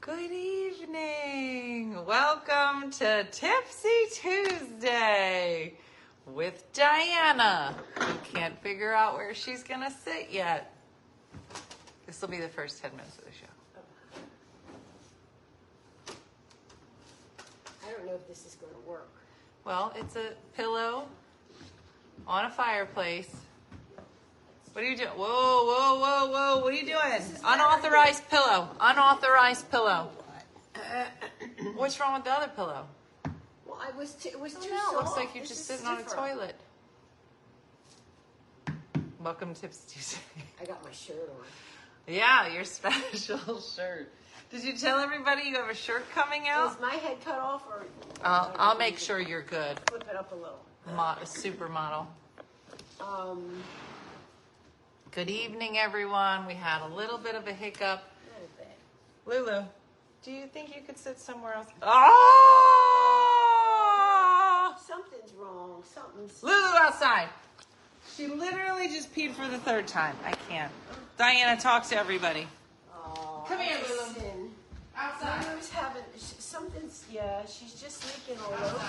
Good evening. Welcome to Tipsy Tuesday with Diana, who can't figure out where she's going to sit yet. This will be the first 10 minutes of the show. I don't know if this is going to work. Well, it's a pillow on a fireplace. What are you doing? Whoa, whoa, whoa, whoa. What are you doing? Unauthorized pillow. Unauthorized pillow. What's wrong with the other pillow? Well, I was too, it was too I don't know. It soft. looks like you're This just is sitting on a stiffer. toilet. Welcome to Tips Tuesday. I got my shirt on. yeah, your special shirt. Did you tell everybody you have a shirt coming Is out? my head cut off or I'll, I'll make sure you're good. flip it up a little? Mo- supermodel. Um, Good evening, everyone. We had a little bit of a hiccup. a little bit. Lulu, do you think you could sit somewhere else? Oh! Something's wrong. Something's. Lulu outside. She literally just peed for the third time. I can't. Diana, talk to everybody. Oh, Come here, Lulu. listen. Outside. Lulu's having sh- something's. Yeah, she's just leaking all over.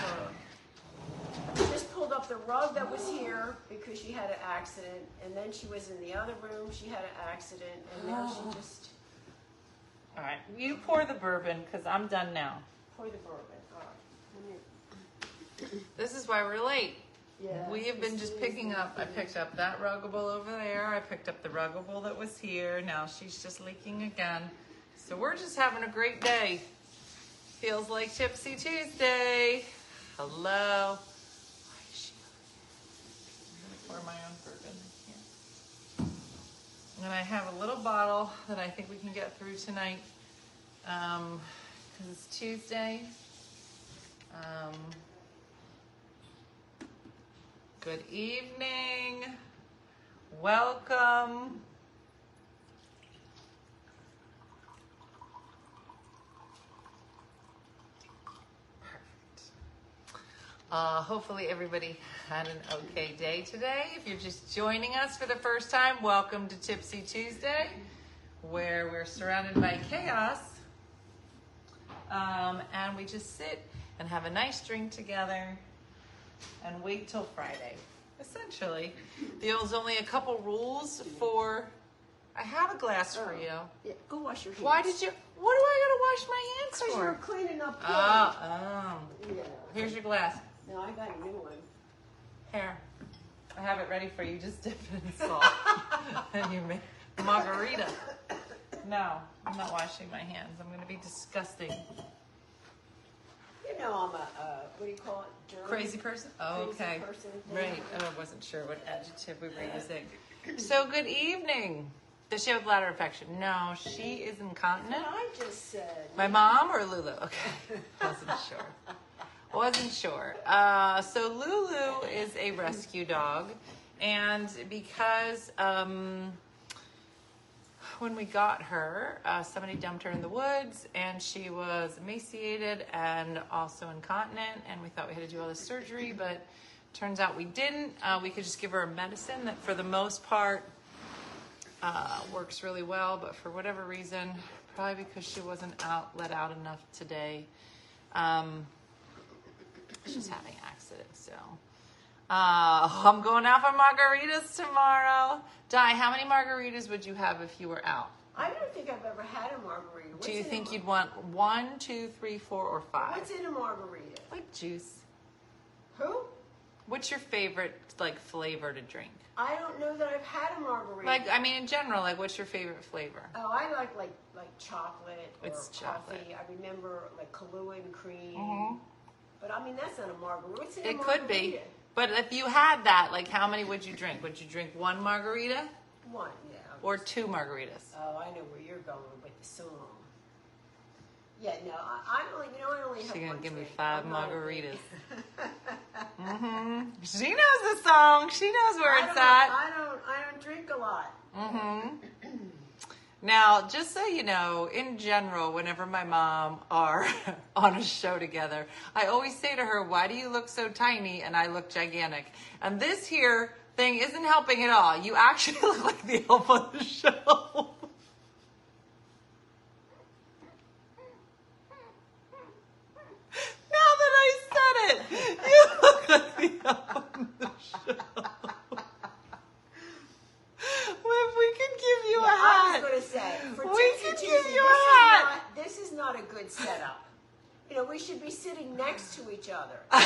Just pulled up the rug that was here because she had an accident, and then she was in the other room. She had an accident, and now Oh. she just All right, you pour the bourbon because I'm done now. poured the bourbon. All right. Ah, Let me- This is why we're late. Yeah. We have been just picking up. I picked up that ruggable over there. I picked up the ruggable that was here. Now she's just leaking again. So we're just having a great day. Feels like Tipsy Tuesday. Hello. Why is she over there? I'm gonna pour my own bourbon. I can't. And I have a little bottle that I think we can get through tonight. Um, because it's Tuesday. Um, Good evening. Welcome. Perfect. Uh, hopefully, everybody had an okay day today. If you're just joining us for the first time, welcome to Tipsy Tuesday, where we're surrounded by chaos. Um, and we just sit and have a nice drink together and wait till Friday. Essentially, there was only a couple rules for. I have a glass Oh. for you. Yeah, go wash your hands. Why did you? What do I gotta wash Because you my were hands for? cleaning up. your- Oh, oh. Yeah. Here's your glass. No, I got a new one. Here. I have it ready for you. Just dip it in salt. and you make margarita. No, I'm not washing my hands. I'm gonna be disgusting. You know I'm a uh, what do you call it? German? Crazy person? Oh, Crazy okay. person thing. Right. Oh, I wasn't sure what adjective we were using. So, good evening. Does she have bladder infection? No, she is And incontinent. I just said My mom or Lulu? Okay. Wasn't sure. Wasn't sure. Uh, so, Lulu is a rescue dog. And because. Um, when we got her, uh, somebody dumped her in the woods and she was emaciated and also incontinent. And we thought we had to do all this surgery, but turns out we didn't. Uh, we could just give her a medicine that, for the most part, uh, works really well. But for whatever reason, probably because she wasn't out, let out enough today, um, she's having an accident. So. Uh, I'm going out for margaritas tomorrow. Di, how many margaritas would you have if you were out? I don't think I've ever had a margarita. What's Do you in a think mar- you'd want one, two, three, four, or five? What's in a margarita? like juice. Who? What's your favorite like flavor to drink? I don't know that I've had a margarita. Like I mean in general, like what's your favorite flavor? oh, I like like like chocolate or It's coffee. chocolate. Mm-hmm. I remember like Kahlua and cream. But I mean that's not a margarita. What's in a It margarita? could be. But if you had that, like how many would you drink? Would you drink one margarita One, yeah. or two margaritas? Oh, I know where you're going with the song. Yeah, no, I, I'm only, you know, I only have She gonna one give me drink. five I'm not a margaritas. big- She knows the song. She knows where I it's don't, at. I don't, I don't drink a lot. Now, just so you know, in general, whenever my mom are on a show together, I always say to her, "Why do you look so tiny?" and I look gigantic. And this here thing isn't helping at all. You actually look like the elf on the show. we should be sitting next to each other. And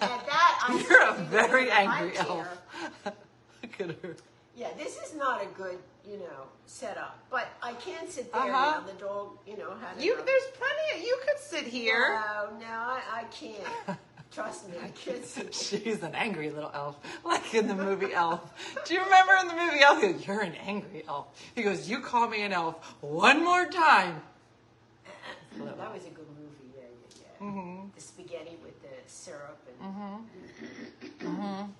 at that, I You're a said, you know, very I'm angry here. elf. Look at her. Yeah, this is not a good, you know, setup. But I can sit there Uh-huh. now. The dog, you know, had You, enough. there's plenty. Of, you could sit here. No, Oh, no, I, I can't. Trust me, I can't sit. She's an angry little elf, like in the movie Elf. Do you remember in the movie Elf? He goes, You're an angry elf. He goes, You call me an elf one more time. That was a good movie. Yeah, yeah, yeah. Mm-hmm. The spaghetti with the syrup and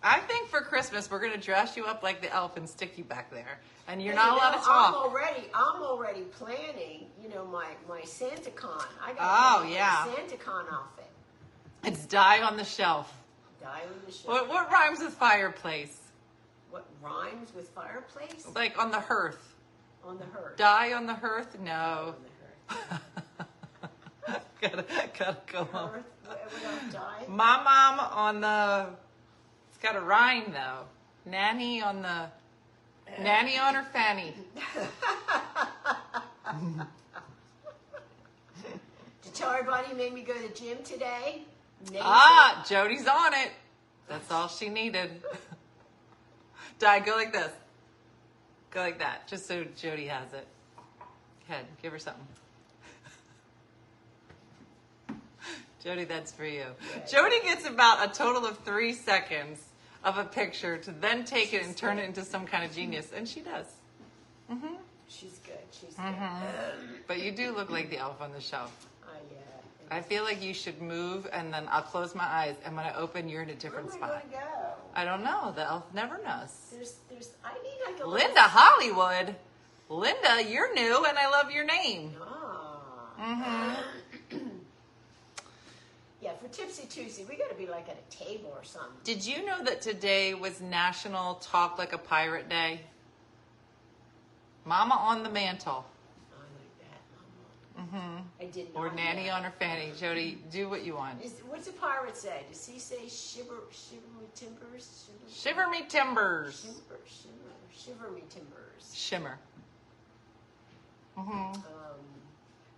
I think for Christmas we're gonna dress you up like the elf and stick you back there, and you're You not know, allowed to I'm talk. already, I'm already planning. You know, my my SantaCon. I Oh, got yeah. SantaCon outfit. It's die on the shelf. Die on the shelf. What, what rhymes with fireplace? What rhymes with fireplace Like on the hearth. on the hearth? Die on the hearth? No. On the gotta, gotta go home. hearth. Hearth. We don't die. My mom on the. It's got a rhyme though. Nanny on the. Nanny on her fanny. To tell everybody, you made me go to the gym today. Amazing. Ah, Jody's on it. That's all she needed. Di, go like this. Go like that, just so Jody has it. Head, give her something. Jody, that's for you. Jody gets about a total of three seconds of a picture to then take it and turn it into some kind of genius, and she does. She's good. She's Mm-hmm. good. Um, But you do look like the elf on the shelf. I, uh, I feel like you should move, and then I'll close my eyes, and when I open, you're in a where different am I spot. going to go? I don't know. The elf never knows. There's, there's. I need like a little- Linda Hollywood. Linda, you're new and I love your name. Ah. Mm-hmm. yeah, for Tipsy Tuesday, we got to be like at a table or something. Did you know that today was National Talk Like a Pirate Day? Mama on the mantle I like that. Mm-hmm. I did not. or nanny know. on her fanny. Jody, do what you want. Is, what's a pirate say? Does he say shiver, shiver me timbers? Shiver, Shiver me timbers. shiver, shiver, shiver me timbers. Shimmer. Mm-hmm. Um,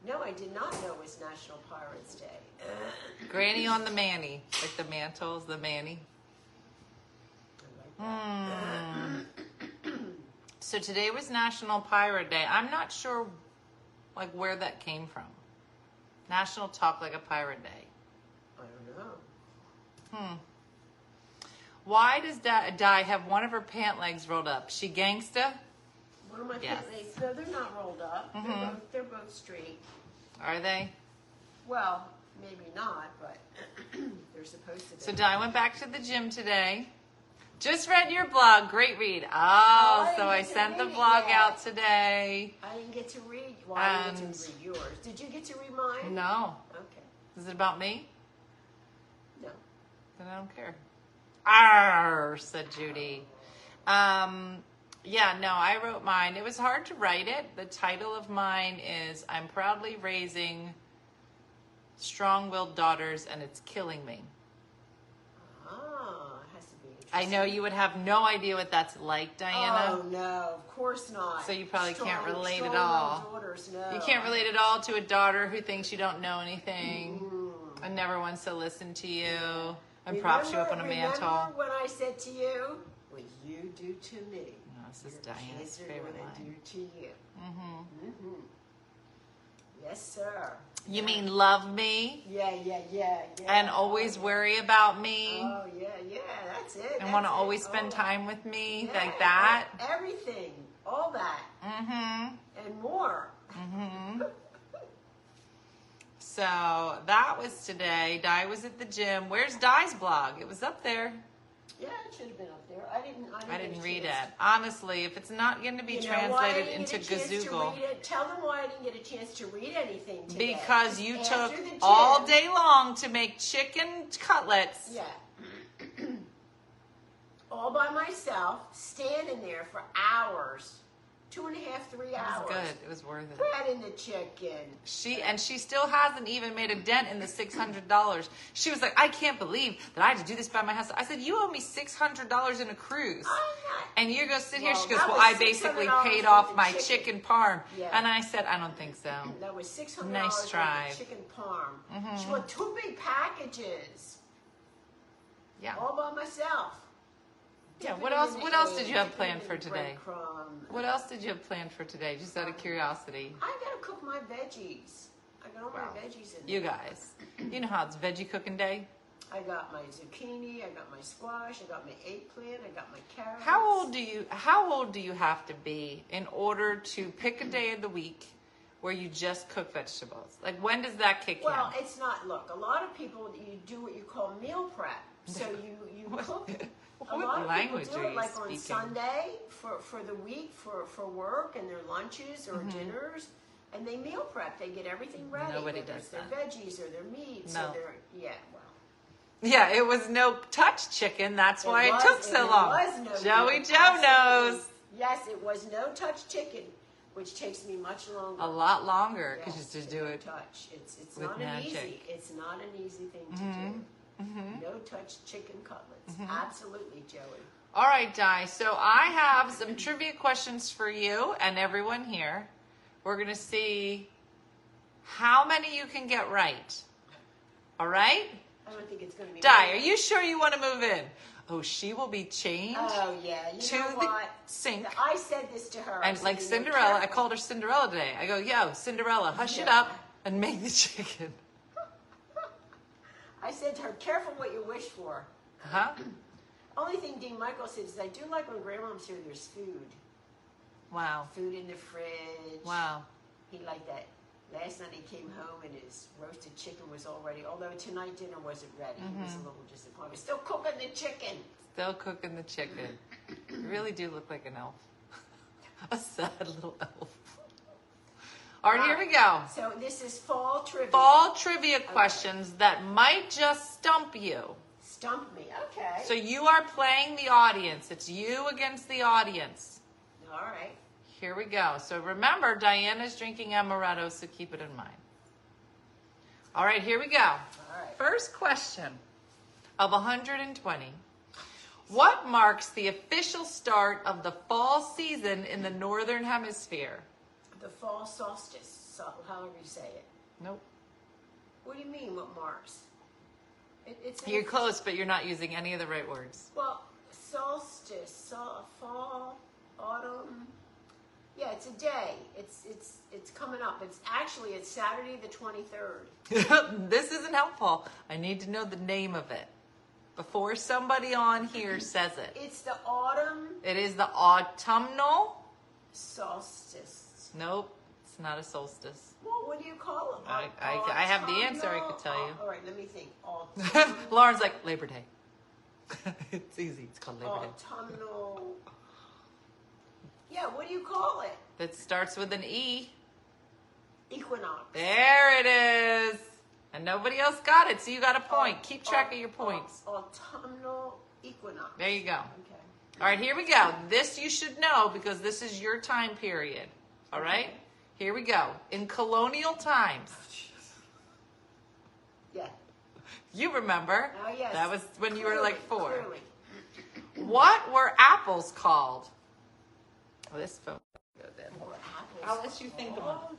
no, I did not know it was National Pirates Day. Granny on the manny. Like the mantles, the manny. I like that. Hmm. So today was National Pirate Day. I'm not sure like where that came from. National Talk Like a Pirate Day. Mm. Hmm. I don't know. Why does Di, Di have one of her pant legs rolled up? She gangsta? One of my Yes. Mm-hmm. pant legs, no, they're not rolled up. They're, both, they're both straight. Are they? Well, maybe not, but they're supposed to be. So Di went back to the gym today. Just read your blog. Great read. Oh, Oh, so I you sent the read it blog yet. out today. I didn't get to read. Well, I didn't And- get to read yours. Did you get to read mine? No. Okay. Is it about me? No. Then I don't care. Arr, said Judy. Um, yeah, no, I wrote mine. It was hard to write it. The title of mine is I'm Proudly Raising Strong Willed Daughters and It's Killing Me. Ah, it has to be. I know you would have no idea what that's like, Diana. Oh no, of course not. So you probably can't Strong- relate at strong-willed all. Daughters, no. You can't relate at all to a daughter who thinks you don't know anything Hmm. and never wants to listen to you and props you up on a Remember- mantle. Remember when I said to you, "What you do to me, No, this your is Diana's kids are favorite gonna line. do to you." Mm-hmm. Mm-hmm. Yes, sir. You mean love me Yeah, yeah, yeah, yeah. and always worry about me Oh yeah, yeah. That's it. and want to that's it. always Oh, spend time with me yeah, like that? Everything, all that, Mm-hmm. and more. Hmm? So that was today. Di was at the gym. Where's Di's blog? It was up there. Yeah, it should have been up there. I didn't. I didn't, I didn't get a read it. chance. Honestly, if it's not going to be You know why I translated didn't into get a chance to Gazoogle. read it? Tell them why I didn't get a chance to read anything today. Because you After took the gym- all day long to make chicken cutlets. Yeah. all by myself, standing there for hours two and a half, three It was hours. good. It was worth it. Brad in the chicken. She and she still hasn't even made a dent in the six hundred dollars. She was like, I can't believe that I had to do this by my house. I said, You owe me six hundred dollars in a cruise. I'm And you're gonna sit here. Well, she goes, that Well, was I basically $600 paid for off the my chicken." chicken parm. Yeah. And I said, I don't think so. not. That was six hundred Nice Mm-hmm. dollars try. worth of chicken parm. She bought two big packages Yeah. all by myself. Yeah. Dipping What it else in what the else egg, did you have dipping it planned in for the today? breadcrumb. What else did you have planned for today? Just out of curiosity. I gotta cook my veggies. I got all Wow. my veggies in. You there. guys. You know how it's veggie cooking day? I got my zucchini. I got my squash. I got my eggplant. I got my carrots. How old do you how old do you have to be in order to pick a day of the week where you just cook vegetables? Like when does that kick Well, in? it's not. Look, a lot of people you do what you call meal prep. So you you What- cook. A what lot of people language do are it you like on speaking? Sunday for for the week for for work and their lunches or Mm-hmm. dinners, and they meal prep. They get everything ready. Nobody whether does it's their veggies or their meats No. or their yeah. Well, Yeah, it was no touch chicken. That's why it, was- took so it long. was no Joey meal Joe prep. knows Yes, it was no touch chicken, which takes me much longer. a lot longer because Yes, you just do no it. Touch. It's it's with not an easy. magic. Mm-hmm. It's not an easy thing to do. No touch chicken cutlets. Absolutely, Joey. All right, Di. So I have some trivia questions for you and everyone here. We're gonna see how many you can get right. All right. I don't think it's going to be. Di, are you sure you want to move in? Oh, she will be chained. Oh yeah. You To know the what? sink. I said this to her. I and said, like you know, Cinderella, I careful. called her Cinderella today. I go, yo, Cinderella, hush it Yeah. up and make the chicken. I said to her, careful what you wish for. Huh? Only thing Dean Michael said is, I do like when Grandma's here. There's food. Wow. Food in the fridge. Wow. He liked that. Last night he came home and his roasted chicken was all ready. Although tonight dinner wasn't ready, he Mm-hmm. was a little disappointed. Still cooking the chicken. Still cooking the chicken. You really do look like an elf. A sad little elf. All right, here we go. So this is fall trivia. Ah. Fall trivia questions that might just stump you. Stump me. Okay. So you are playing the audience. It's you against the audience. all right. Here we go. So remember, Diana's drinking amaretto, so keep it in mind. All right, here we go. All right. First question of 120. What marks the official start of the fall season in the Northern Hemisphere? The fall solstice. So however you say it. Nope. What do you mean? What marks? It, it's You're close, but you're not using any of the right words. Well, solstice, sol, fall, autumn. Yeah, it's a day. It's it's it's coming up. It's actually it's Saturday the twenty third. this isn't helpful. I need to know the name of it before somebody on here says it. It's the autumn It is the autumnal. solstice. Nope, it's not a solstice. Well, what do you call it? I- I- I have the answer, I could tell you. All right, let me think. Autumnal. Lauren's like Labor Day. it's easy. It's called Oh. Labor Day. autumnal. Yeah, what do you call it? That starts with an E. Equinox. There it is. And nobody else got it, so you got a Oh, point. Keep track of your Au- au- points. Autumnal equinox. There you go. Okay. All right, here we go. This you should know because this is your time period. All right? Here we go. In colonial times, Yeah. you remember. Oh yes. That was when you were Clearly, like four. Clearly. What were apples called? Oh, this phone. Or apples. Oh, I'll let you think about Called-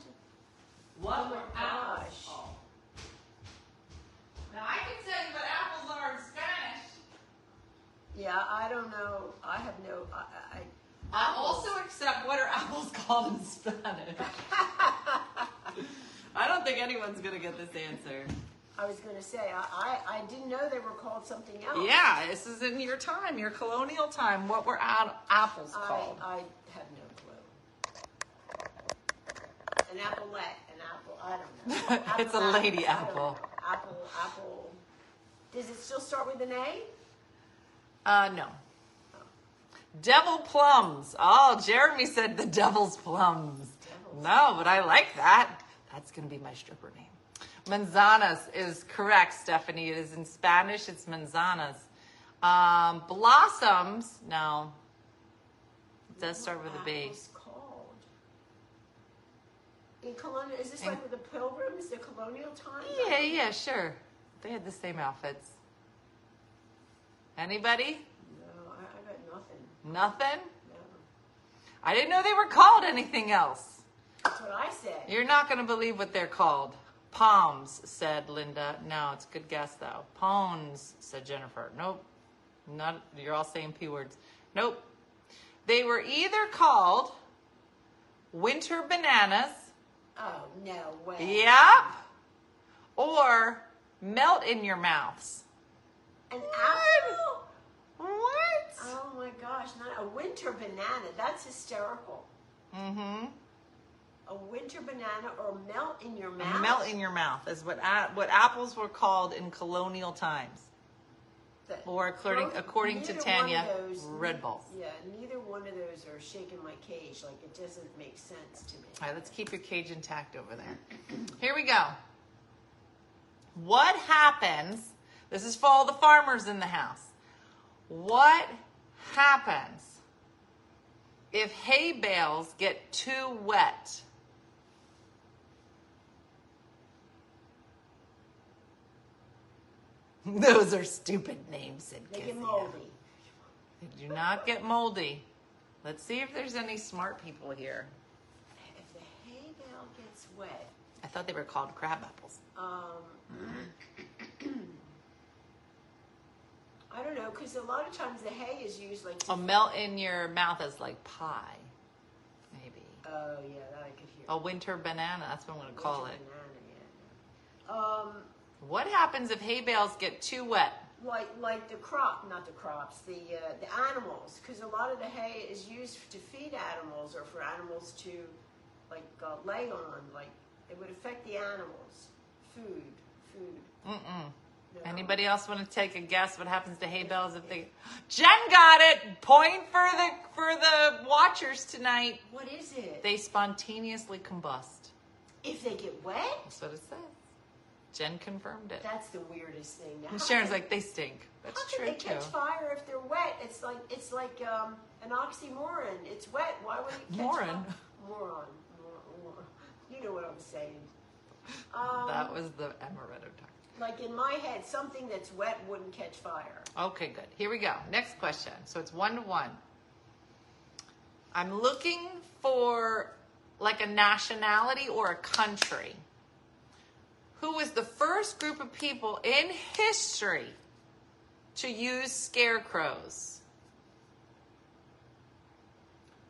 What were apples called? Now I can tell you what apples are in Spanish. Yeah, I don't know. I have no. I, I, I also accept what are apples called in Spanish. I don't think anyone's gonna get this answer. I was going to say I, I, I didn't know they were called something else. Yeah, this is in your time, your colonial time. What were ad- apples I, called? I have no clue. An appleette, an apple. I don't know. It's a Appleette, lady I don't apple. know. Apple, apple. Does it still start with an A? Uh, no. Devil plums. Oh, Jeremy said the devil's plums. Devil's. No, but I like that. That's going to be my stripper name. Manzanas is correct, Stephanie. It is in Spanish, it's manzanas. Um, blossoms, no. It does start with a B. Apples called. In colonial, is this like with the pilgrims, the colonial times? Yeah, yeah, sure. They had the same outfits. Anybody? No, I, I got nothing. Nothing? No, I didn't know they were called anything else. that's what I said. You're not going to believe what they're called. Palms, said Linda. No, it's a good guess though. Pawns, said Jennifer. Nope. Not you're all saying p words. Nope. They were either called winter bananas, Oh no way. yep, or melt in your mouths. An apple. What? Oh my gosh, not a winter banana. That's hysterical. Mm-hmm. A winter banana or melt in your A mouth. melt in your mouth is what a- what apples were called in colonial times, The- or according both- according to neither one of Tanya, those- Red Bulls. Yeah, neither one of those are shaking my cage. Like it doesn't make sense to me. All right, let's keep your cage intact over there. Here we go. What happens? This is for all the farmers in the house. What happens if hay bales get too wet? Those are stupid names, said They get Kizzy. moldy. They do not get moldy. Let's see if there's any smart people here. If the hay bale gets wet, I thought they were called crab apples. um, I don't know, because a lot of times the hay is used like. A melt in your mouth is like pie, maybe. Oh yeah, that I could hear. A winter banana, that's what I'm going to call Winter it. banana, yeah. Um, What happens if hay bales get too wet? like like the crop, not the crops, the uh, the animals, because a lot of the hay is used to feed animals or for animals to like uh, lay on. Like it would affect the animals. Food, food. Mm mm. no. Anybody else want to take a guess what happens to hay bales if they? Jen got it. Point for the for the watchers tonight. What is it? They spontaneously combust. if they get wet, That's what it says. Jen confirmed it. that's the weirdest thing. Now, And how Sharon's can- like they stink. That's how can true they too. catch fire if they're wet? It's like it's like um, an oxymoron. It's wet. Why would it catch Moron. fire? Moron. Mor- mor- You know what I'm saying. Um, That was the amaretto talk. Like in my head, something that's wet wouldn't catch fire. Okay, good. Here we go. Next question. So it's one to one. I'm looking for like a nationality or a country. Who was the first group of people in history to use scarecrows?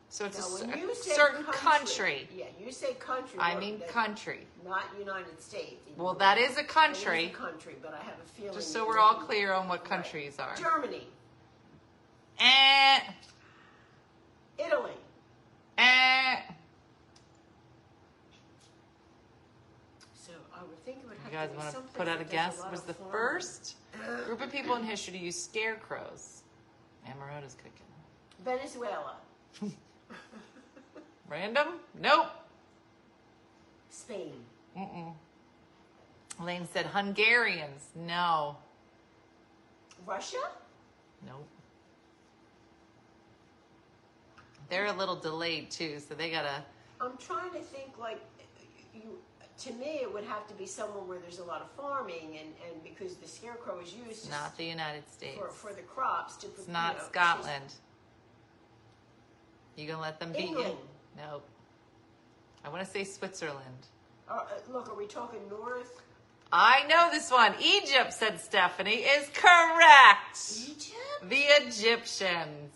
So it's Now, a, when cer- you say certain country. yeah, you say country. I what- mean that- country. not United States. even Well, though that is a it is a country. country, but I have a feeling. Just so it we're all wouldn't- clear on what Right. countries are. Germany, Eh, Italy, eh. So I would think it would have You guys to be want to someplace put out a that does guess? lot Was of the farming. first group of people in history to use scarecrows? Amarota's cooking. Venezuela, Random? Nope. Spain, Mm-mm. Elaine said Hungarians. No. Russia? Nope. They're a little delayed too, so they gotta. I'm trying to think like you. To me, it would have to be somewhere where there's a lot of farming, and, and because the scarecrow is used It's to not the United States. for, for the crops to. It's not Scotland. You gonna let them beat you? England. Nope. I want to say Switzerland. Uh, look, are we talking north I know this one. Egypt, said Stephanie, is correct. Egypt? The Egyptians.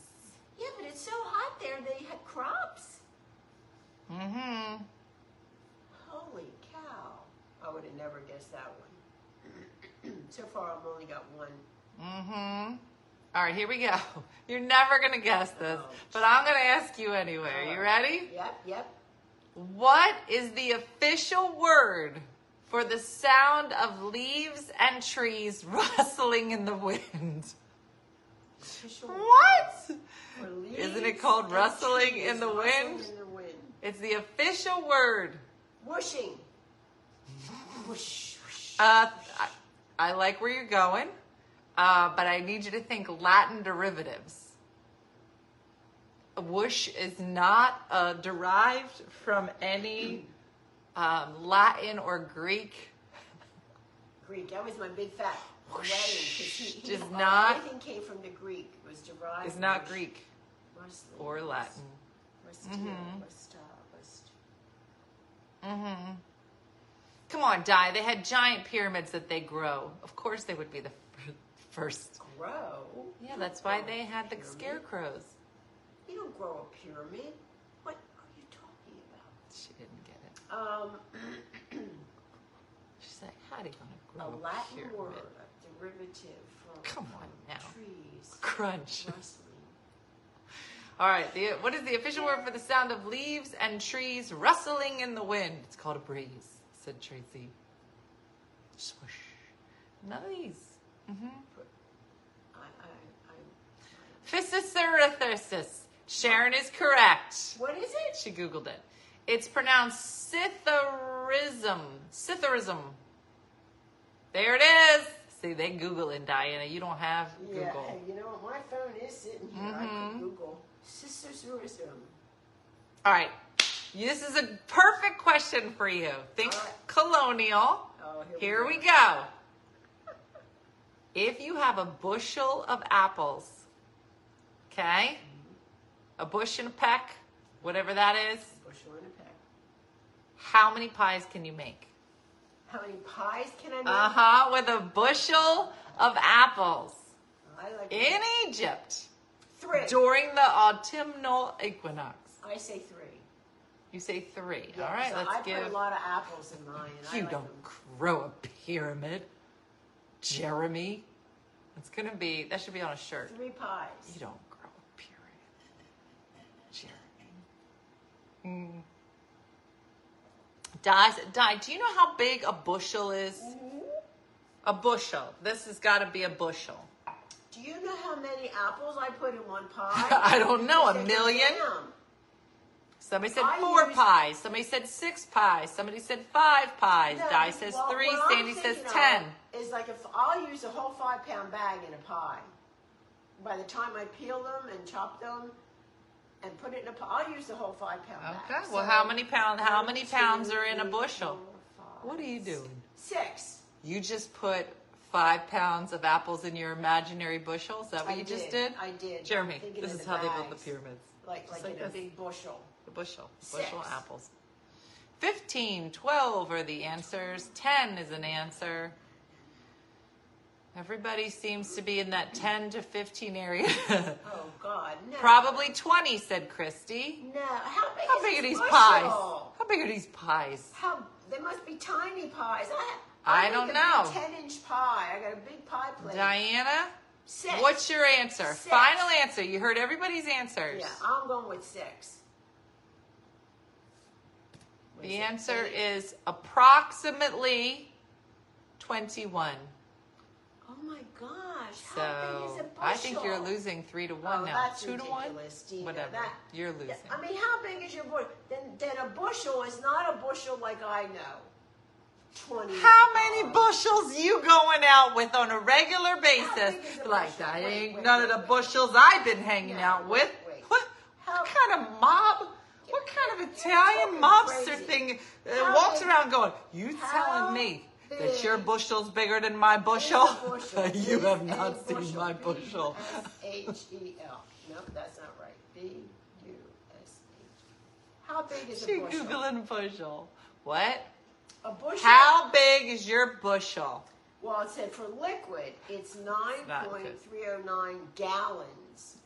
Yeah, but it's so hot there. They had crops. Mm-hmm. Holy cow! I would have never guessed that one. so far, I've only got one. Mm-hmm. All right, here we go. You're never going to guess this, Oh. but I'm going to ask you anyway. Are you ready? Yep, yep. What is the official word for the sound of leaves and trees rustling in the wind? Official What? for leaves Isn't it called and rustling trees in the rustling wind? In the wind. It's the official word. Whooshing. Whoosh. whoosh. Uh, I, I like where you're going, uh, but I need you to think Latin derivatives. Whoosh is not uh, derived from any um, Latin or Greek. Greek. That was my big fat wedding. 'cause he- he- Is all- not- Everything came from the Greek. It was derived. Is not from- Greek mostly. or Latin. Must- must, uh, must- Mm-hmm. Come on, Di. They had giant pyramids that they grow. Of course, they would be the f- first. Grow. Yeah, that's why they had the Pyramid. scarecrows. You don't grow a pyramid. What are you talking about? She didn't get it. Um, She's like, how are you a gonna grow a Latin pyramid? word, a derivative from Come on now. trees, Crunch. rustling. All right. The, what is the official word for the sound of leaves and trees rustling in the wind? It's called a breeze," said Tracy. Swoosh. None of these. I, I, I, Physicerathursis. Sharon is correct. what is it? She googled it. It's pronounced Scytherism. Scytherism. There it is. See, they Google and Diana. You don't have Google. Mm-hmm. Yeah, hey, you know what? My phone is sitting here. I could Google. Sisters Wisdom. All right. This is a perfect question for you. Think All right. colonial. Oh, Here we go. If you have a bushel of apples, okay? A bush and a peck, whatever that is, Bushel and a peck. how many pies can you make? How many pies can I make? Uh huh, with a bushel of apples I like in Egypt three. during the autumnal equinox. I say three. You say three. Yeah, All right, so let's I give. put a lot of apples in mine. And I You like don't Them. grow a pyramid, Jeremy. It's gonna be that should be on a shirt. Three pies. You don't grow a pyramid, Jeremy. Mm. Di, Di, do you know how big a bushel is? A bushel. This has got to be a bushel. Do you know how many apples I put in one pie? I don't know. They A go million. down. Somebody said I four use- pies. Somebody said six pies. Somebody said five pies. No, Di says well, three. what I'm Sandy says thinking of ten. Is like if I'll use a whole five pound bag in a pie. By the time I peel them and chop them and put it in a pie, I'll use the whole five pound bag. Okay. Well, how many pound? How one, many two, pounds are in a three, bushel? four, five, What are you doing? Six. You just put five pounds of apples in your imaginary bushel. Is that what I you just did. did? I did. Jeremy, I'm thinking this of is the how they built bags. the pyramids. Like, Just like, like in a this. big bushel. The bushel. Six. Bushel apples. 15, 12 are the answers. 10 is an answer. Everybody seems to be in that 10 to 15 area. Oh God, no. Probably 20, said Christy. No. How big, How is big are this these bushel? pies? How big are these pies? How they must be tiny pies. I I don't know. Ten inch pie. I got a big pie plate. Diana, six. what's your answer? Six. Final answer. You heard everybody's answers. Yeah, I'm going with six. What The it? answer Eight? is approximately 21. Oh my gosh! how big is a So bushel? I think you're losing three to one Oh, now. that's Two to one? ridiculous, Dina. Whatever. That- you're Yeah, losing. I mean, how big is your bushel? Then, then a bushel is not a bushel like I know. Twenty. How many pies. bushels you going out with on a regular How basis? big is a Like bushel? that Wait, ain't wait, none wait, of the wait. bushels I've been hanging No, out with. wait, wait. What, How- what kind of mob? What kind of Italian talking mobster crazy. thing uh, How walks big- around going, "You How telling me that big your bushel's bigger than my bushel? bushel. you Is have a not seen bushel. my bushel." H E L. Nope, that's not right. B U S H. E How big is She a bushel? googling bushel. What? A bushel. How big is your bushel? Well, it said for liquid, it's not good. 9.309 gallons.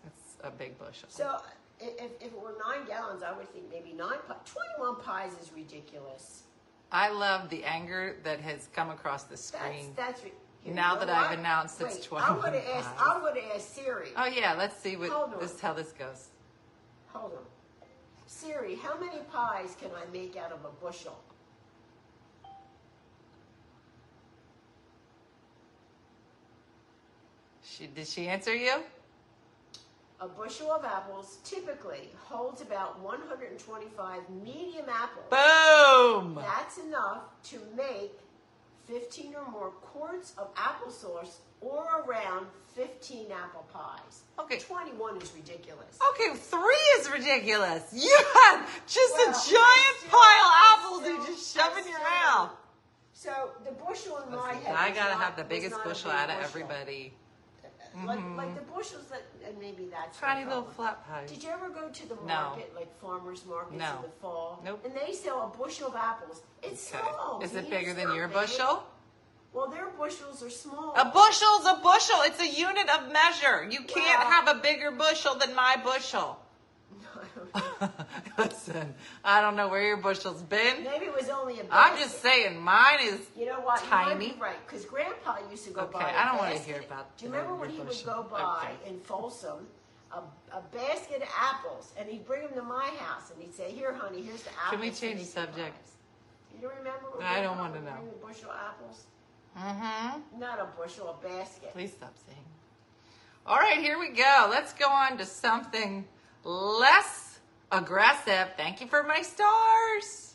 It's a big bushel. So i- if, if it were nine gallons, I would think maybe nine pies. 21 pies is ridiculous. I love the anger that has come across the That's, screen. that's. ri- you Now know that I've what? announced it's Wait, 21 I would have asked, pies. I would have asked Siri. Oh yeah, let's see Hold what on. this how this goes. Hold on. Siri, how many pies can I make out of a bushel? She did she answer you? A bushel of apples typically holds about 125 medium apples. Boom! That's enough to make 15 or more quarts of applesauce or around 15 apple pies. Okay. 21 is ridiculous. Okay, three is ridiculous. You had just Well, a giant still- pile of apples you still- just shoved the bushel in my Listen, head. I was gotta not- have the was biggest not a bushel big out of bushel. everybody. Like, like the bushels that, and maybe that's. the Tiny little problem. flat pies. Did you ever go to the market, like farmers markets No. in the fall? Nope. And they sell a bushel of apples. It's Okay. small. Is it Dee, bigger it's than not your big. bushel? Well, their bushels are small. A bushel's a bushel. It's a unit of measure. You can't Wow. have a bigger bushel than my bushel. Listen, I don't know where your bushel's been. Maybe it was only a. Basket. I'm just saying mine is You know what? You tiny. might be right, because Grandpa used to go Okay, buy. I don't a wanna basket. hear about Do you the- remember your when he would bushel. go buy Okay. in Folsom a, a basket of apples, and he'd bring them to my house, and he'd say, "Here, honey, here's the apples." Can we for change the these subject? lives." You don't remember? when I don't Grandpa wanna would know. Bring a bushel of apples, Mm-hmm. not a bushel, a basket. Please stop saying. All right, here we go. Let's go on to something less aggressive. Thank you for my stars.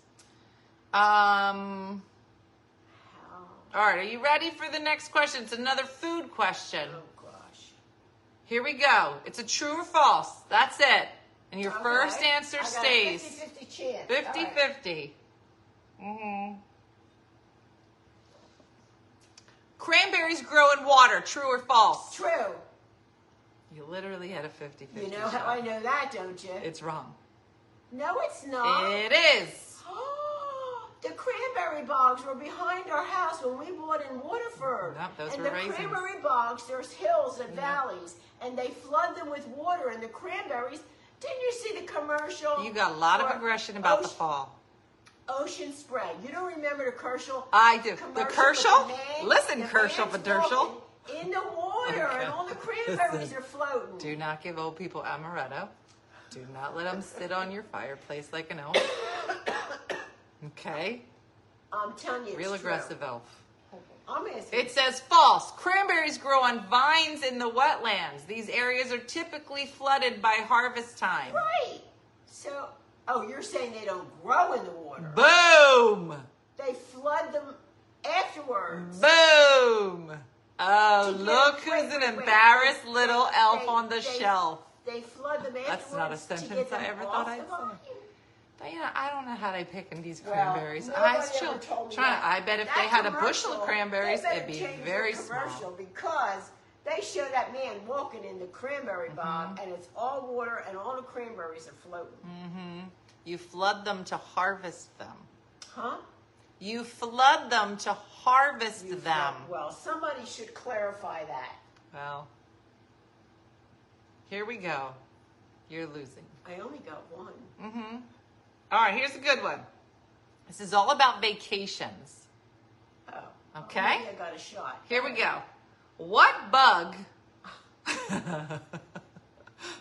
Um. How? All right, are you ready for the next question? It's another food question. Oh gosh. Here we go. It's a true or false. That's it. And your Okay. first answer I got a stays 50-50 chance. 50 All right. 50. Mm-hmm. Cranberries grow in water. True or false? True. You literally had a 50 50. You know how I know that, don't you? It's wrong. no, it's not. It is. the cranberry bogs were behind our house when we bought in Waterford. Yep, those and were the raisins. cranberry bogs, there's hills and valleys, and they flood them with water. And the cranberries. Didn't you see the commercial? You got a lot of for aggression about the Oce- fall. Ocean spray. You don't remember the commercial? I do. The commercial with Kershal? the man- Listen, the Kershal man's Padershal. walking In the water, Okay. and all the cranberries Listen. are floating. Do not give old people amaretto. Do not let them sit on your fireplace like an elf. Okay? I'm telling you, it's Real true. aggressive elf. I'm asking. It says false. Cranberries grow on vines in the wetlands. These areas are typically flooded by harvest time. right. So, oh, you're saying they don't grow in the water? Boom! They flood them afterwards. Boom! To Oh, get- look wait, who's an wait, wait. embarrassed little elf They- on the they- shelf. They flood them afterwards. That's not a to sentence get them I ever off thought the I'd say. vine. Diana, I don't know how they picking these Well, cranberries. I nobody ever still told me trying. that. I bet if That they had a bushel commercial, of cranberries, they better it'd be change the very commercial small. Because they show that man walking in the cranberry Mm-hmm. bog, and it's all water, and all the cranberries are floating. Mm. Mm-hmm. You flood them to harvest them. Huh? You flood them to harvest You them. float- Well, somebody should clarify that. Well, here we go. You're losing. I only got one. Mm-hmm. All right, here's a good one. This is all about vacations. Oh. Okay. Maybe I got a shot. Here we go. What bug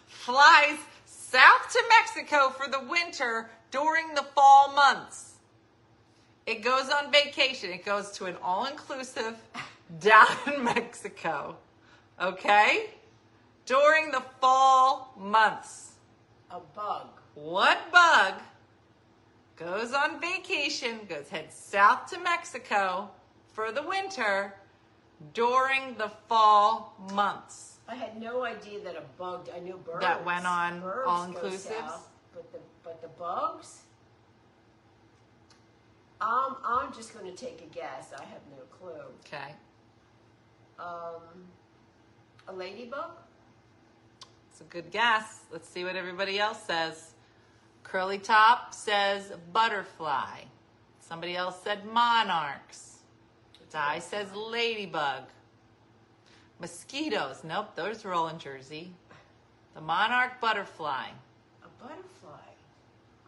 flies south to Mexico for the winter during the fall months? It goes on vacation. It goes to an all inclusive down in Mexico. Okay? During the fall months. A bug. What bug goes on vacation, goes head south to Mexico for the winter during the fall months? I had no idea that a bug. I knew birds. That went on Birds all go inclusives? south, But the but the bugs. Um, I'm just going to take a guess. I have no clue. Okay. Um, a ladybug. It's a good guess. Let's see what everybody else says. Curly Top says butterfly. Somebody else said monarchs. Di says ladybug. Mosquitoes. Nope, those are all in Jersey. The monarch butterfly. A butterfly.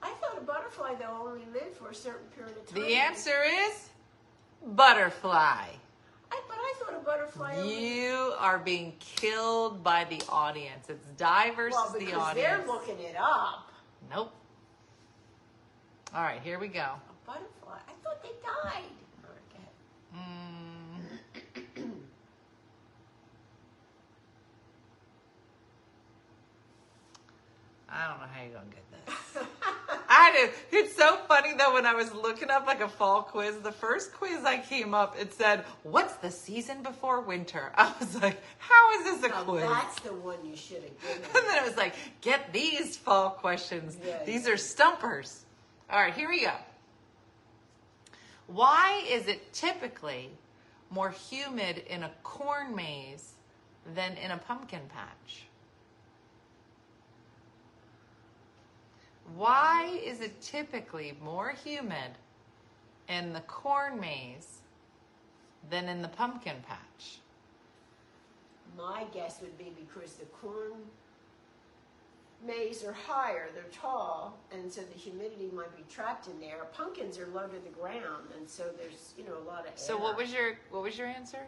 I thought a butterfly though only lived for a certain period of time. The answer is butterfly. I, but I thought a butterfly. only, You are being killed by the audience. It's Di versus well, the because they're audience. looking it up. Nope. All right, here we go. A butterfly. I thought they died. All right, go ahead. Mm. I don't know how you're gonna get this. I did. It's so funny though when I was looking up like a fall quiz, the first quiz I came up, it said, "What's the season before winter?" I was like, "How is this a Now, quiz?" that's the one you should have given. And then it was like, "Get these fall questions. Yeah, these yeah. are stumpers." All right, here we go. Why is it typically more humid in a corn maze than in a pumpkin patch? Why is it typically more humid in the corn maze than in the pumpkin patch? My guess would be because the corn maize are higher, they're tall, and so the humidity might be trapped in there. Pumpkins are low to the ground, and so there's you know a lot of. So air. what was your what was your answer?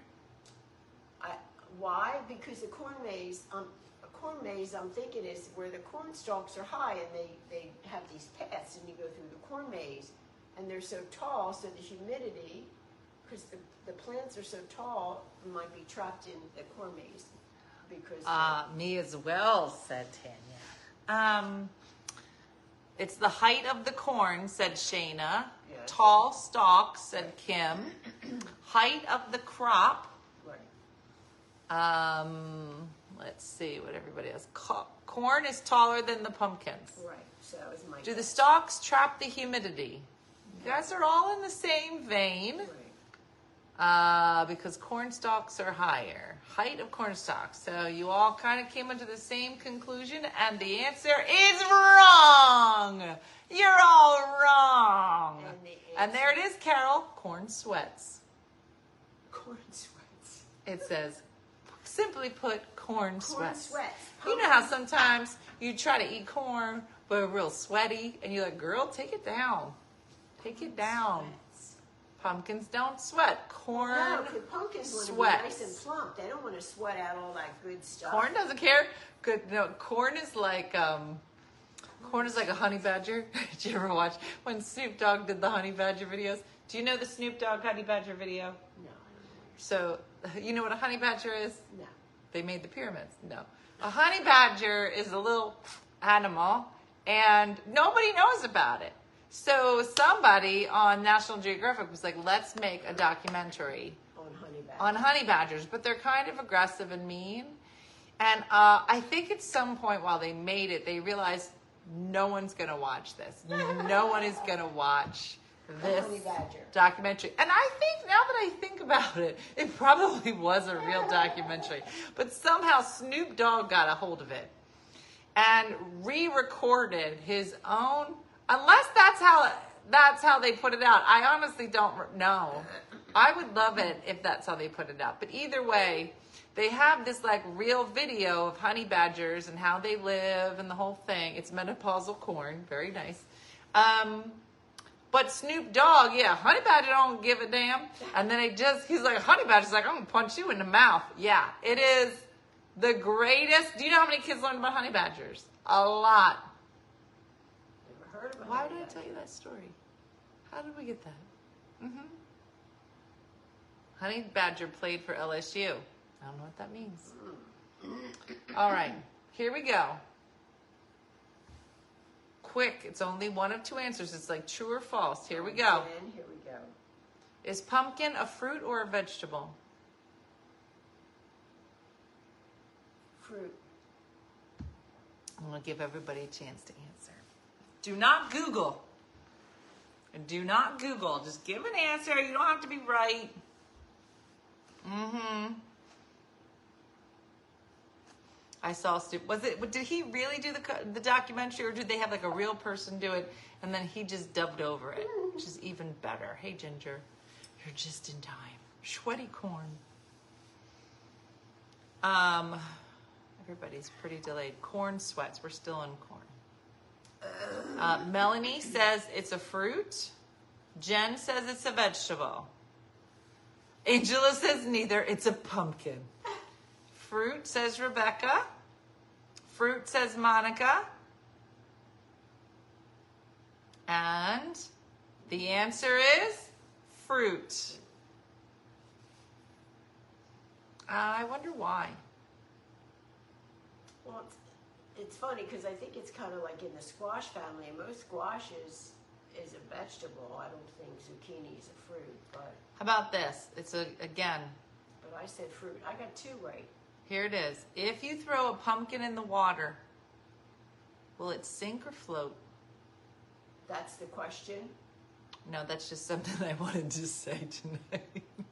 I, why? Because the corn maze, um, a corn maze, I'm thinking is where the corn stalks are high and they, they have these paths and you go through the corn maze and they're so tall, so the humidity, because the, the plants are so tall, might be trapped in the corn maze because Uh, me as well, said Tanya. Um, it's the height of the corn, said Shayna. Yeah. Tall stalk, said Kim. height of the crop, Right. um, let's see what everybody else. Co- corn is taller than the pumpkins. right. So it's my Do the guess. stalks trap the humidity? You guys are all in the same vein. Right. Uh, because corn stalks are higher. Height of corn stalks. So you all kind of came into the same conclusion, and the answer is wrong. You're all wrong. And the And there it is, Carol. Corn sweats. Corn sweats. It says, simply put, corn sweats. Corn sweats. You know how sometimes you try to eat corn, but it's real sweaty, and you're like, girl, take it down. Take it down. Sweats. Pumpkins don't sweat. Corn. No, 'cause pumpkins want to be sweats. nice and plump. They don't want to sweat out all that good stuff. Corn doesn't care. Good. No, corn is like um, corn is like a honey badger. did you ever watch when Snoop Dogg did the honey badger videos? Do you know the Snoop Dogg honey badger video? No, I So you know what a honey badger is? don't know. No. They made the pyramids. No, a honey badger is a little animal, and nobody knows about it. So somebody on National Geographic was like, "Let's make a documentary." On honey badger. on honey badgers, but they're kind of aggressive and mean. And uh, I think at some point while they made it, they realized no one's going to watch this. No one is going to watch this honey badger. documentary. And I think now that I think about it, it probably was a real documentary. But somehow Snoop Dogg got a hold of it and re-recorded his own unless that's how that's how they put it out i honestly don't re- know i would love it if that's how they put it out but either way they have this like real video of honey badgers and how they live and the whole thing it's menopausal corn very nice um, but Snoop Dogg, yeah, Honey Badger don't give a damn. And then he just, he's like, Honey Badger's like, I'm gonna punch you in the mouth. Yeah, it is the greatest. Do you know how many kids learn about Honey Badgers? A lot. Never heard of a Why honey did I badger. tell you that story? How did we get that? hmm Honey Badger played for LSU. I don't know what that means. All right, here we go. Quick, it's only one of two answers. It's like true or false. Here we go. Again, here we go. Is pumpkin a fruit or a vegetable? Fruit. I'm going to give everybody a chance to answer. Do not Google. Do not Google. Just give an answer. You don't have to be right. Mm-hmm. I saw Stu. Was it? Did he really do the co- the documentary, or did they have like a real person do it, and then he just dubbed over it, which is even better. Hey, Ginger, you're just in time. Sweaty corn. Um, everybody's pretty delayed. Corn sweats. We're still in corn. Uh, Melanie says it's a fruit. Jen says it's a vegetable. Angela says neither. It's a pumpkin. Fruit says Rebecca. Fruit says Monica. And the answer is fruit. Uh, I wonder why. Well, it's, it's funny because I think it's kind of like in the squash family. Most squash is, is a vegetable. I don't think zucchini is a fruit, but, How about this? It's a, again, but I said fruit. I got two right. here it is. If you throw a pumpkin in the water, will it sink or float? That's the question. No, that's just something I wanted to say tonight.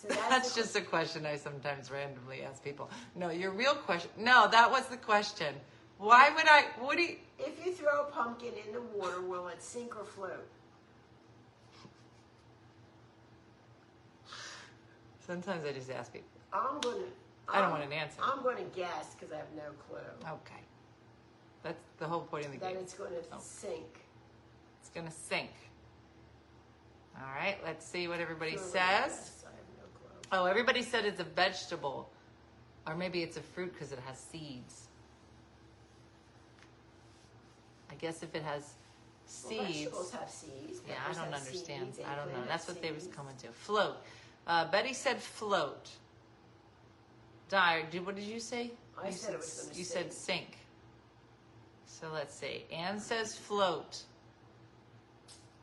So That's the- just a question I sometimes randomly ask people. No, your real question. No, that was the question. Why would I? What do you? If you throw a pumpkin in the water, will it sink or float? Sometimes I just ask people. I'm gonna. I don't I'm- want an answer. I'm gonna guess because I have no clue Okay, that's the whole point of the that game. it's gonna Oh. sink. It's gonna sink. All right, let's see what everybody Throw it in, says. yes, I have no clue. Oh, everybody said it's a vegetable, or maybe it's a fruit because it has seeds. I guess if it has Well, seeds. vegetables have seeds. Yeah, I peppers don't have understand. seeds, I don't eggplant know. has That's what they was seeds. coming to. Float. Uh, Betty said float. Dyer, did, what did you say? I you said it was s- gonna You said sink. So let's see. Anne says float.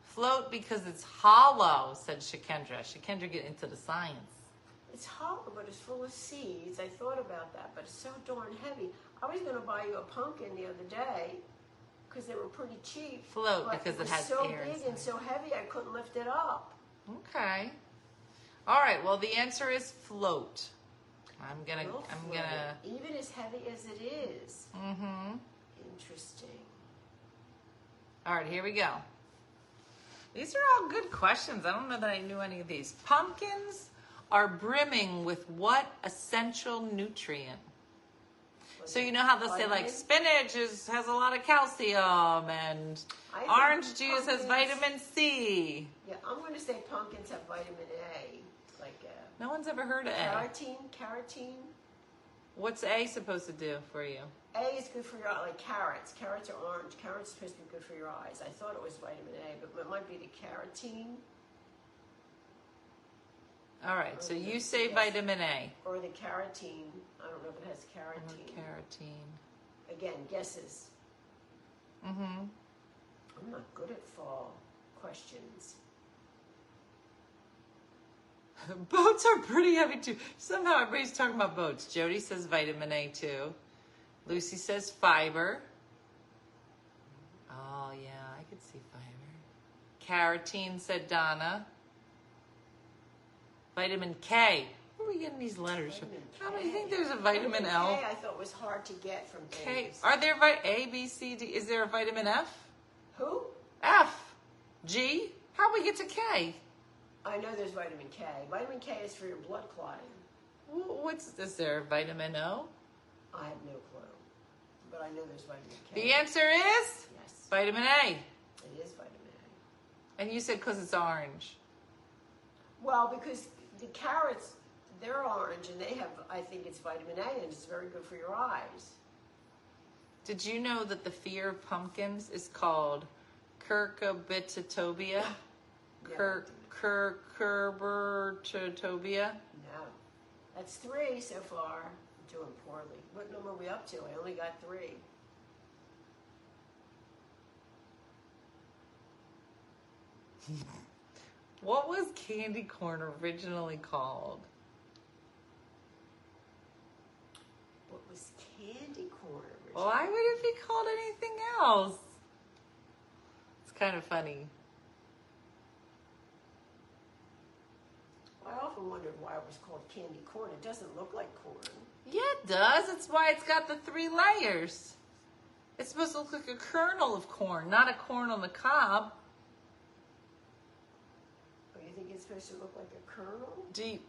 Float because it's hollow, said Shakendra. Shakendra, get into the science. It's hollow, but it's full of seeds. I thought about that, but it's so darn heavy. I was gonna buy you a pumpkin the other day because they were pretty cheap. Float, but because it was has so air big and inside. so heavy I couldn't lift it up. Okay. All right. Well, the answer is float. I'm gonna. Well, I'm float, gonna. even as heavy as it is. Mm-hmm. Interesting. All right, here we go. These are all good questions. I don't know that I knew any of these. Pumpkins are brimming with what essential nutrient? Was So it you know how they'll say like vitamin? spinach is, has a lot of calcium and I think orange juice has pumpkins- vitamin C. Yeah, I'm gonna say pumpkins have vitamin A, like uh, No one's ever heard of A. carotene. Carotene. What's A supposed to do for you? A is good for your eye, like carrots. Carrots are orange. Carrots are supposed to be good for your eyes. I thought it was vitamin A, but it might be the carotene All right, so you say Yes. vitamin A. or the carotene. I don't know if it has carotene. Carotene. Again, guesses. Mm-hmm. I'm not good at fall questions. Boats are pretty heavy too. Somehow everybody's talking about boats. Jody says vitamin A too. Lucy says fiber. Oh yeah, I could see fiber. Carotene said Donna. Vitamin K. Where are we getting these letters from? Vitamin How do you K. think there's a vitamin K L? I thought was hard to get from K. things. Are there vit A, B, C, D? Is there a vitamin F? Who? F. G. How we get to K? I know there's vitamin K. Vitamin K is for your blood clotting. Wh- What's is there a vitamin O? I have no clue, but I know there's vitamin K. The answer is Yes, vitamin A. it is vitamin A. And you said because it's orange. Well, because the carrots, they're orange and they have, I think it's vitamin A and it's very good for your eyes. Did you know that the fear of pumpkins is called curcubitotobia? Cur- cur- curbertotobia? No. That's three so far. I'm doing poorly. What number are we up to? I only got three. What was candy corn originally called? What was candy corn originally? Why would it be called anything else? It's kind of funny. I often wondered why it was called candy corn. It doesn't look like corn. Yeah, it does. It's why it's got the three layers. It's supposed to look like a kernel of corn, not a corn on the cob. Oh, you think it's supposed to look like a kernel? Deep.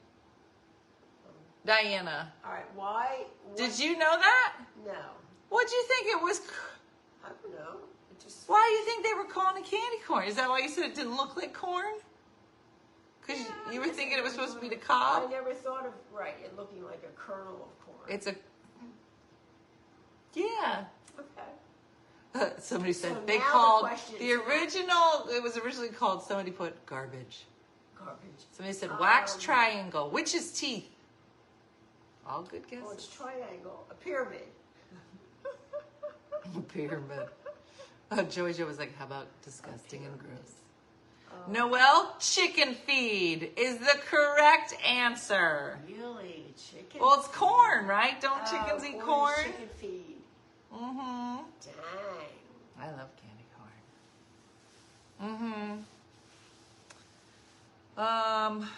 Diana, All right, why? what- did you know that? No. What'd you think it was? I don't know. It just. Why do you think they were calling it candy corn? Is that why you said it didn't look like corn? Because Yeah, you were that's thinking it was supposed to be the I cob? never thought of, right, it looking like a kernel of corn. It's a. Yeah. Uh, okay. Somebody said So they now the called question the is- original, it was originally called, somebody put garbage. Garbage. Somebody said wax Um, triangle, witch's teeth. All good Well, guesses. Oh, it's triangle, a pyramid. Pyramid. Uh, Georgia was like, how about disgusting and gross? Oh. Noel, chicken feed is the correct answer. Really, chicken. Well, it's corn, right? Don't Oh, chickens eat is corn? Chicken feed. Mm-hmm. Dang. I love candy corn. Mm-hmm. Um.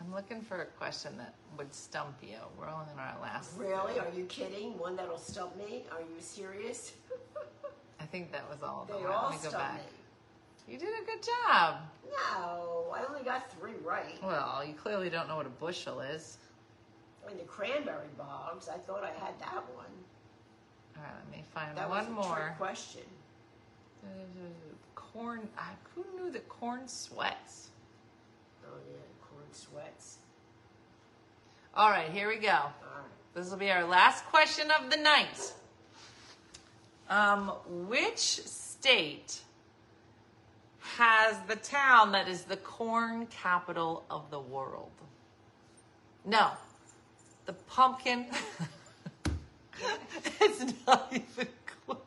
I'm looking for a question that would stump you. We're only in our last. Really? Are you kidding? One that'll stump me? Are you serious? I think that was all of They them. Let all me go stump back. me. You did a good job. No, I only got three right. Well, you clearly don't know what a bushel is. I mean, the cranberry bogs. I thought I had that one. All right, let me find That one was a more. trick question. Corn. I, who knew that corn sweats? Oh yeah, corn sweats. All right, here we go. All right. This will be our last question of the night. Um, which state has the town that is the corn capital of the world? No, the pumpkin. it's not even close.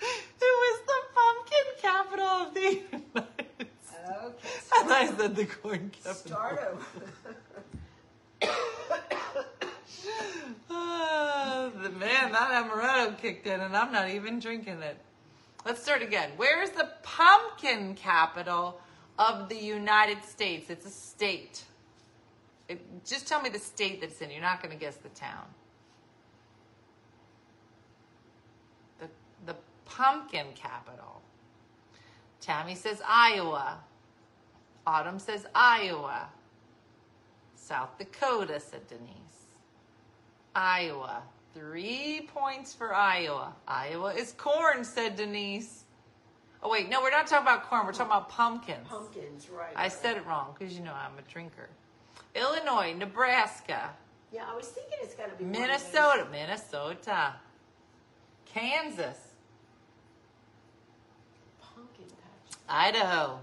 It was the pumpkin capital of the United States. Okay. And I said the corn capital. Start over. Ah, the man, that amaretto kicked in, and I'm not even drinking it. Let's start again. Where is the pumpkin capital of the United States? It's a state. It, just tell me the state that's in. You're not going to guess the town. The the pumpkin capital. Tammy says Iowa. Autumn says Iowa. South Dakota said Denise. Iowa. Three points for Iowa. Iowa is corn, said Denise. Oh, wait, no, we're not talking about corn. We're talking about pumpkins. Pumpkins, right? I right. said it wrong because you know I'm a drinker. Illinois, Nebraska, Yeah, I was thinking it's got to be one of those- Minnesota, Minnesota, Kansas, Pumpkin patch. Idaho,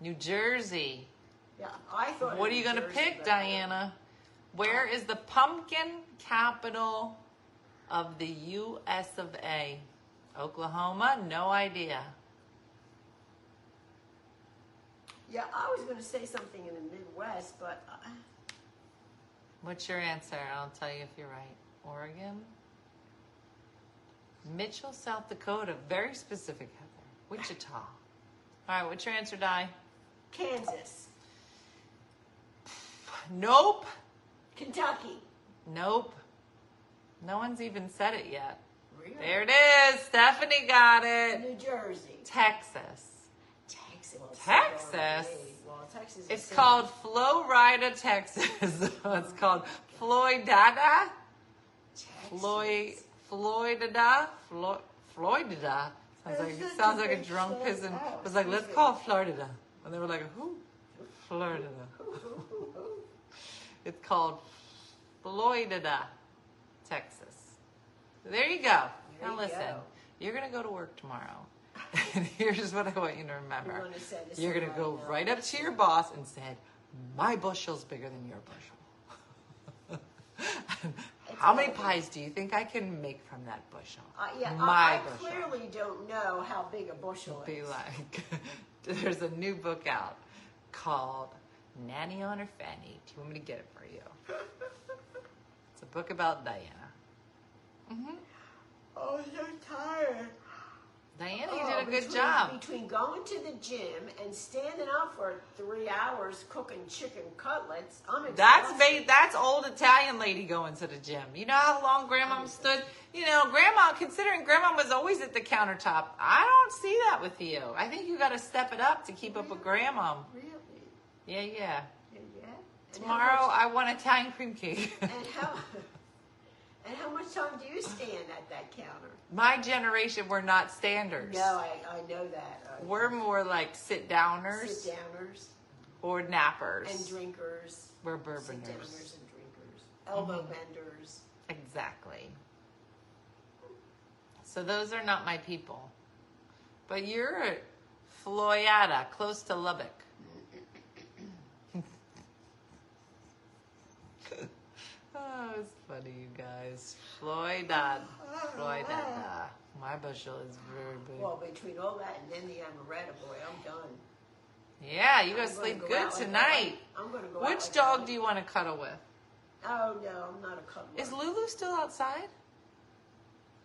New Jersey. Yeah, I thought. What it are you was going to Jersey, pick, but- Diana? Where is the pumpkin capital of the U.S. of A? Oklahoma? No idea. Yeah, I was going to say something in the Midwest, but uh, I, What's your answer? I'll tell you if you're right. Oregon? Mitchell, South Dakota. Very specific, Heather. Wichita. All right, what's your answer, Di? Kansas, Nope. Kentucky. Nope. No one's even said it yet. Really? There it is. Stephanie got it. New Jersey. Texas. Texas. Texas? Well, Texas. is It's city. called Florida, Texas. it's called Floydada. Texas. Floyd, Floydada. Flo- Floydada. Sounds like, sounds like a drunk person was like, let's call it Florida. And they were like, who? Florida. Uh, It's called Floydada, Texas. There you go. There now you listen, go. you're going to go to work tomorrow. and here's what I want you to remember. You're gonna say this You're one gonna right go now. right up to your boss and said, "My bushel's bigger than your bushel." How many all- pies do you think I can make from that bushel? Uh, yeah, my I, I bushel. clearly don't know how big a bushel Be is. like, there's a new book out called "Nanny on Her Fanny." Do you want me to get it for you? It's a book about Diana. Oh, I'm so tired. Diana, you Oh, did a good between- job. Between going to the gym and standing up for three hours cooking chicken cutlets, I'm exhausted. That's ba- that's old Italian lady going to the gym. You know how long grandma stood. You know, grandma. Considering grandma was always at the countertop, I don't see that with you. I think you got to step it up to keep up with grandma. Really? Yeah, yeah. Yeah. yeah. And Tomorrow How I want Italian cream cake. much, and how? And how much time do you stand at that counter? My generation, we're not standers. No, I, I know that. Uh, We're more like sit downers sit downers or nappers. and drinkers. We're Sit bourboners. downers and drinkers. Mm-hmm. Elbow benders. Exactly. So those are not my people. But you're at Floyada, close to Lubbock. oh, it's funny, you guys. Floydada. Floydada. My bushel is very big. Well, between all that and then the amaretto, boy, I'm done. Yeah, you guys I'm gonna sleep go out good like that. tonight. I'm gonna go out Which like dog that. do you want to cuddle with? Oh, no, I'm not a cuddler. Is Lulu still outside?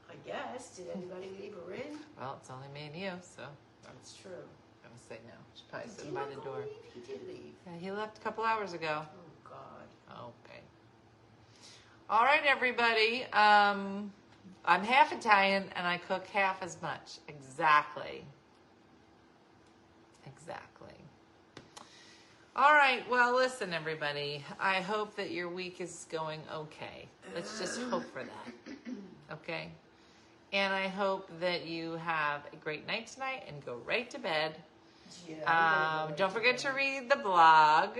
I guess, did anybody leave her in? Well, it's only me and you, so I'm That's true. gonna say no. She's probably Did sitting he by not the go door. leave? He did leave. Yeah, he left a couple hours ago. Oh, God. Okay. All right, everybody. Um, I'm half Italian and I cook half as much. Exactly. Exactly. All right. Well, listen, everybody. I hope that your week is going okay. Let's just hope for that. Okay. And I hope that you have a great night tonight and go right to bed. Yeah, I'm Um, gonna go don't read forget the- to read the blog uh,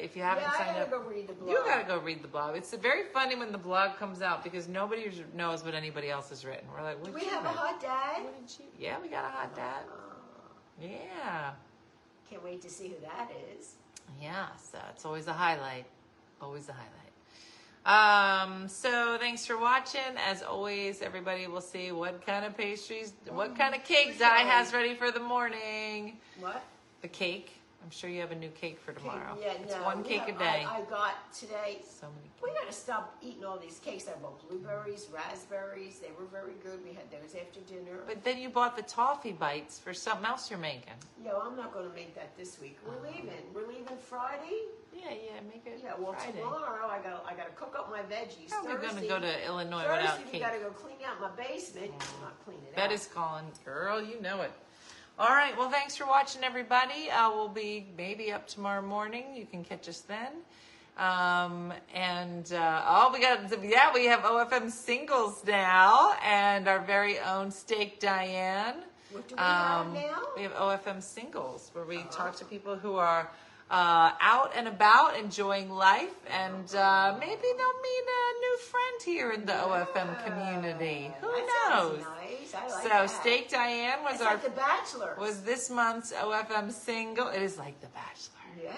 if you Yeah, haven't I signed gotta up. go read the blog. You gotta go read the blog. It's very funny when the blog comes out because nobody knows what anybody else has written. We're like, Do what we have a hot dad? Yeah, we got a hot dad. Uh, Yeah, Can't wait to see who that is. yeah. So it's always a highlight. Always a highlight. Um, so thanks for watching. As always, everybody will see what kind of pastries, what kind Mm, of cake Di has ready for the morning. What? The cake. I'm sure you have a new cake for tomorrow. Yeah, it's no, one we cake have- a day. I, I got today. so many. We gotta stop eating all these cakes. I bought blueberries, raspberries. They were very good. We had those after dinner. But then you bought the toffee bites for something else you're making. Yo, I'm not gonna make that this week. We're leaving. We're leaving Friday. Yeah, yeah, make it Yeah, well Friday. tomorrow I gotta I gotta cook up my veggies. How are we gonna Thursday- go to Illinois Thursday without you cake? gotta go clean out my basement. I'm not cleaning it That out. is calling, girl. You know it. All right. Well, thanks for watching, everybody. Uh, we'll be maybe up tomorrow morning. You can catch us then. Um, and uh, oh, we got yeah, we have OFM singles now, and our very own Steak Diane. What do we have now? um, We have OFM singles where we talk to people who are uh, out and about, enjoying life, and uh, maybe they'll meet a new friend here in the OFM community. Who That sounds knows? Nice. I like so that. Steak Diane was It's our like The Bachelor. was this month's OFM single. It is like The Bachelor. yeah.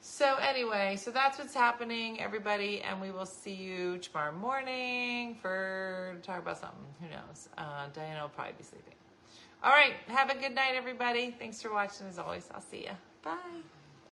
So anyway, so that's what's happening, everybody, and we will see you tomorrow morning for to talk about something. Who knows? Uh, Diana will probably be sleeping. All right, have a good night, everybody. Thanks for watching. As always, I'll see you. Bye.